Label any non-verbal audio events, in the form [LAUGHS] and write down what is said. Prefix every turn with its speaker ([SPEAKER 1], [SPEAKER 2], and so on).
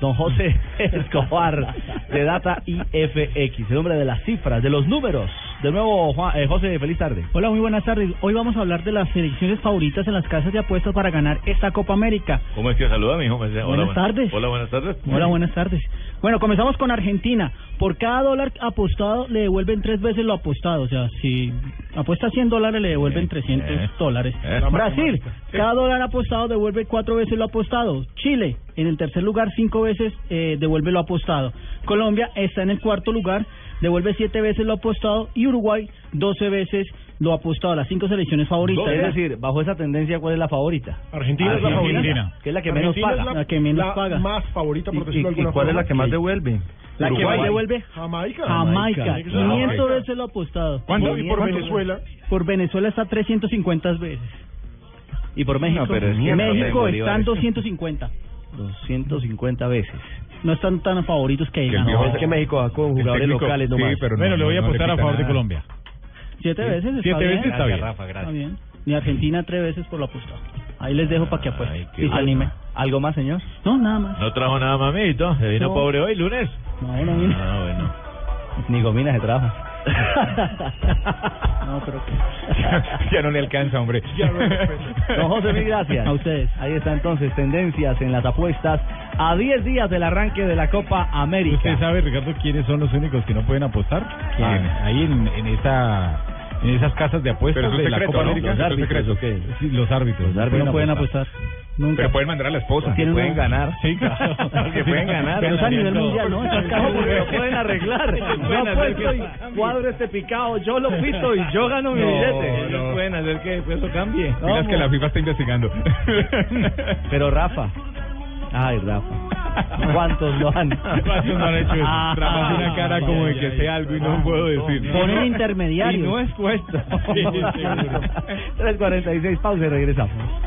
[SPEAKER 1] Don José [LAUGHS] Escobar de Data IFX, el hombre de las cifras, de los números. De nuevo, Juan- eh, José, feliz tarde.
[SPEAKER 2] Hola, muy buenas tardes. Hoy vamos a hablar de las selecciones favoritas en las casas de apuestas para ganar esta Copa América.
[SPEAKER 3] ¿Cómo es que saluda, mijo? Me dice, Hola,
[SPEAKER 2] Buenas tardes.
[SPEAKER 3] Hola, buenas tardes.
[SPEAKER 2] Hola, buenas tardes. Bueno, comenzamos con Argentina. Por cada dólar apostado le devuelven tres veces lo apostado. O sea, si apuesta 100 dólares le devuelven
[SPEAKER 3] Eh,
[SPEAKER 2] 300
[SPEAKER 3] eh,
[SPEAKER 2] dólares.
[SPEAKER 3] eh.
[SPEAKER 2] Brasil,
[SPEAKER 3] Sí.
[SPEAKER 2] cada dólar apostado devuelve cuatro veces lo apostado. Chile, en el tercer lugar, cinco veces eh, devuelve lo apostado. Colombia está en el cuarto lugar, devuelve siete veces lo apostado. Y Uruguay, 12 veces lo apostado. Las cinco selecciones favoritas.
[SPEAKER 1] Es decir, bajo esa tendencia, ¿cuál es la favorita?
[SPEAKER 4] Argentina es la
[SPEAKER 1] Argentina,
[SPEAKER 4] favorita.
[SPEAKER 1] que es la que menos
[SPEAKER 4] Argentina es
[SPEAKER 1] paga,
[SPEAKER 2] la que menos paga.
[SPEAKER 4] más favorita, por
[SPEAKER 1] ¿Y-
[SPEAKER 4] decirlo
[SPEAKER 1] y-
[SPEAKER 4] de alguna
[SPEAKER 1] y cuál es
[SPEAKER 4] forma.
[SPEAKER 1] la que más
[SPEAKER 4] devuelve?
[SPEAKER 2] La que
[SPEAKER 3] Uruguay.
[SPEAKER 2] más devuelve Jamaica,
[SPEAKER 4] Jamaica.
[SPEAKER 5] Ah,
[SPEAKER 3] Jamaica,
[SPEAKER 2] 500
[SPEAKER 4] claro.
[SPEAKER 2] veces lo apostado.
[SPEAKER 4] ¿Cuánto? Y por
[SPEAKER 2] ¿Cuánto?
[SPEAKER 4] Venezuela.
[SPEAKER 2] Por Venezuela está 350 veces.
[SPEAKER 1] Y por México,
[SPEAKER 3] pero es que
[SPEAKER 2] México
[SPEAKER 3] Bolívar.
[SPEAKER 2] están 250.
[SPEAKER 1] 250 veces.
[SPEAKER 2] No están tan favoritos
[SPEAKER 3] Que
[SPEAKER 2] que
[SPEAKER 3] el
[SPEAKER 2] digan.
[SPEAKER 3] viejo
[SPEAKER 2] ¿no?
[SPEAKER 3] es que me-
[SPEAKER 1] México va con jugadores locales nomás.
[SPEAKER 5] bueno, le voy a apostar a favor de Colombia.
[SPEAKER 2] Siete veces está
[SPEAKER 5] Siete
[SPEAKER 2] bien.
[SPEAKER 5] veces está bien.
[SPEAKER 2] Está bien. Y Argentina tres veces por lo apostado. Ahí les dejo para que apuesten
[SPEAKER 3] Ay, qué
[SPEAKER 2] y se
[SPEAKER 3] bueno.
[SPEAKER 2] anime.
[SPEAKER 1] ¿Algo más, señor?
[SPEAKER 2] No, nada más.
[SPEAKER 3] No trajo nada, mamito. Se vino
[SPEAKER 2] No.
[SPEAKER 3] pobre hoy, lunes.
[SPEAKER 2] No, no vine.
[SPEAKER 3] Ah, bueno.
[SPEAKER 1] [LAUGHS] Ni gomina se trabaja.
[SPEAKER 2] [LAUGHS] No, pero
[SPEAKER 5] [LAUGHS]
[SPEAKER 2] qué.
[SPEAKER 5] ya no le alcanza, hombre.
[SPEAKER 4] Ya no le alcanza.
[SPEAKER 1] [LAUGHS] Don José, mil gracias.
[SPEAKER 2] A ustedes.
[SPEAKER 1] Ahí está entonces, tendencias en las apuestas a 10 días del arranque de la Copa América.
[SPEAKER 5] ¿Usted sabe, Ricardo, quiénes son los únicos que no pueden apostar? ¿Quiénes?
[SPEAKER 1] Ah.
[SPEAKER 5] Ahí en, en esa, en esas casas de apuestas
[SPEAKER 6] Pero es un
[SPEAKER 5] de la
[SPEAKER 6] secreto,
[SPEAKER 5] Copa
[SPEAKER 6] ¿no?
[SPEAKER 5] América.
[SPEAKER 6] Los árbitros,
[SPEAKER 5] Secreto. Sí, los árbitros.
[SPEAKER 1] Los árbitros
[SPEAKER 2] No pueden apostar. Nunca.
[SPEAKER 6] Pero pueden mandar a la esposa.
[SPEAKER 2] Tienen
[SPEAKER 6] pueden
[SPEAKER 2] un-
[SPEAKER 6] ganar.
[SPEAKER 5] Sí, claro.
[SPEAKER 6] [LAUGHS] Porque pueden ganar.
[SPEAKER 2] Pero es a nivel
[SPEAKER 5] No.
[SPEAKER 2] mundial, ¿no? Esas cajas
[SPEAKER 1] Carajo, porque
[SPEAKER 6] [LAUGHS]
[SPEAKER 1] lo
[SPEAKER 5] [LAUGHS]
[SPEAKER 1] pueden arreglar. Yo
[SPEAKER 6] Pueden hacer
[SPEAKER 1] apuesto
[SPEAKER 6] que-
[SPEAKER 1] y cuadro este picado, yo lo pito y yo gano mi
[SPEAKER 6] No,
[SPEAKER 1] billete.
[SPEAKER 6] no.
[SPEAKER 1] pueden hacer que eso cambie.
[SPEAKER 6] Miras que la FIFA está investigando.
[SPEAKER 1] Pero Rafa, ay Rafa, ¿cuántos lo han?
[SPEAKER 6] ¿Cuántos no han
[SPEAKER 1] [LAUGHS]
[SPEAKER 6] hecho eso?
[SPEAKER 1] Ah,
[SPEAKER 6] Rafa tiene una cara como de que sé algo y no puedo decir.
[SPEAKER 2] Ponen intermediarios.
[SPEAKER 1] [LAUGHS]
[SPEAKER 6] Y no es puesto. [LAUGHS]
[SPEAKER 1] Sí, seguro. 3.46, pausa y regresamos.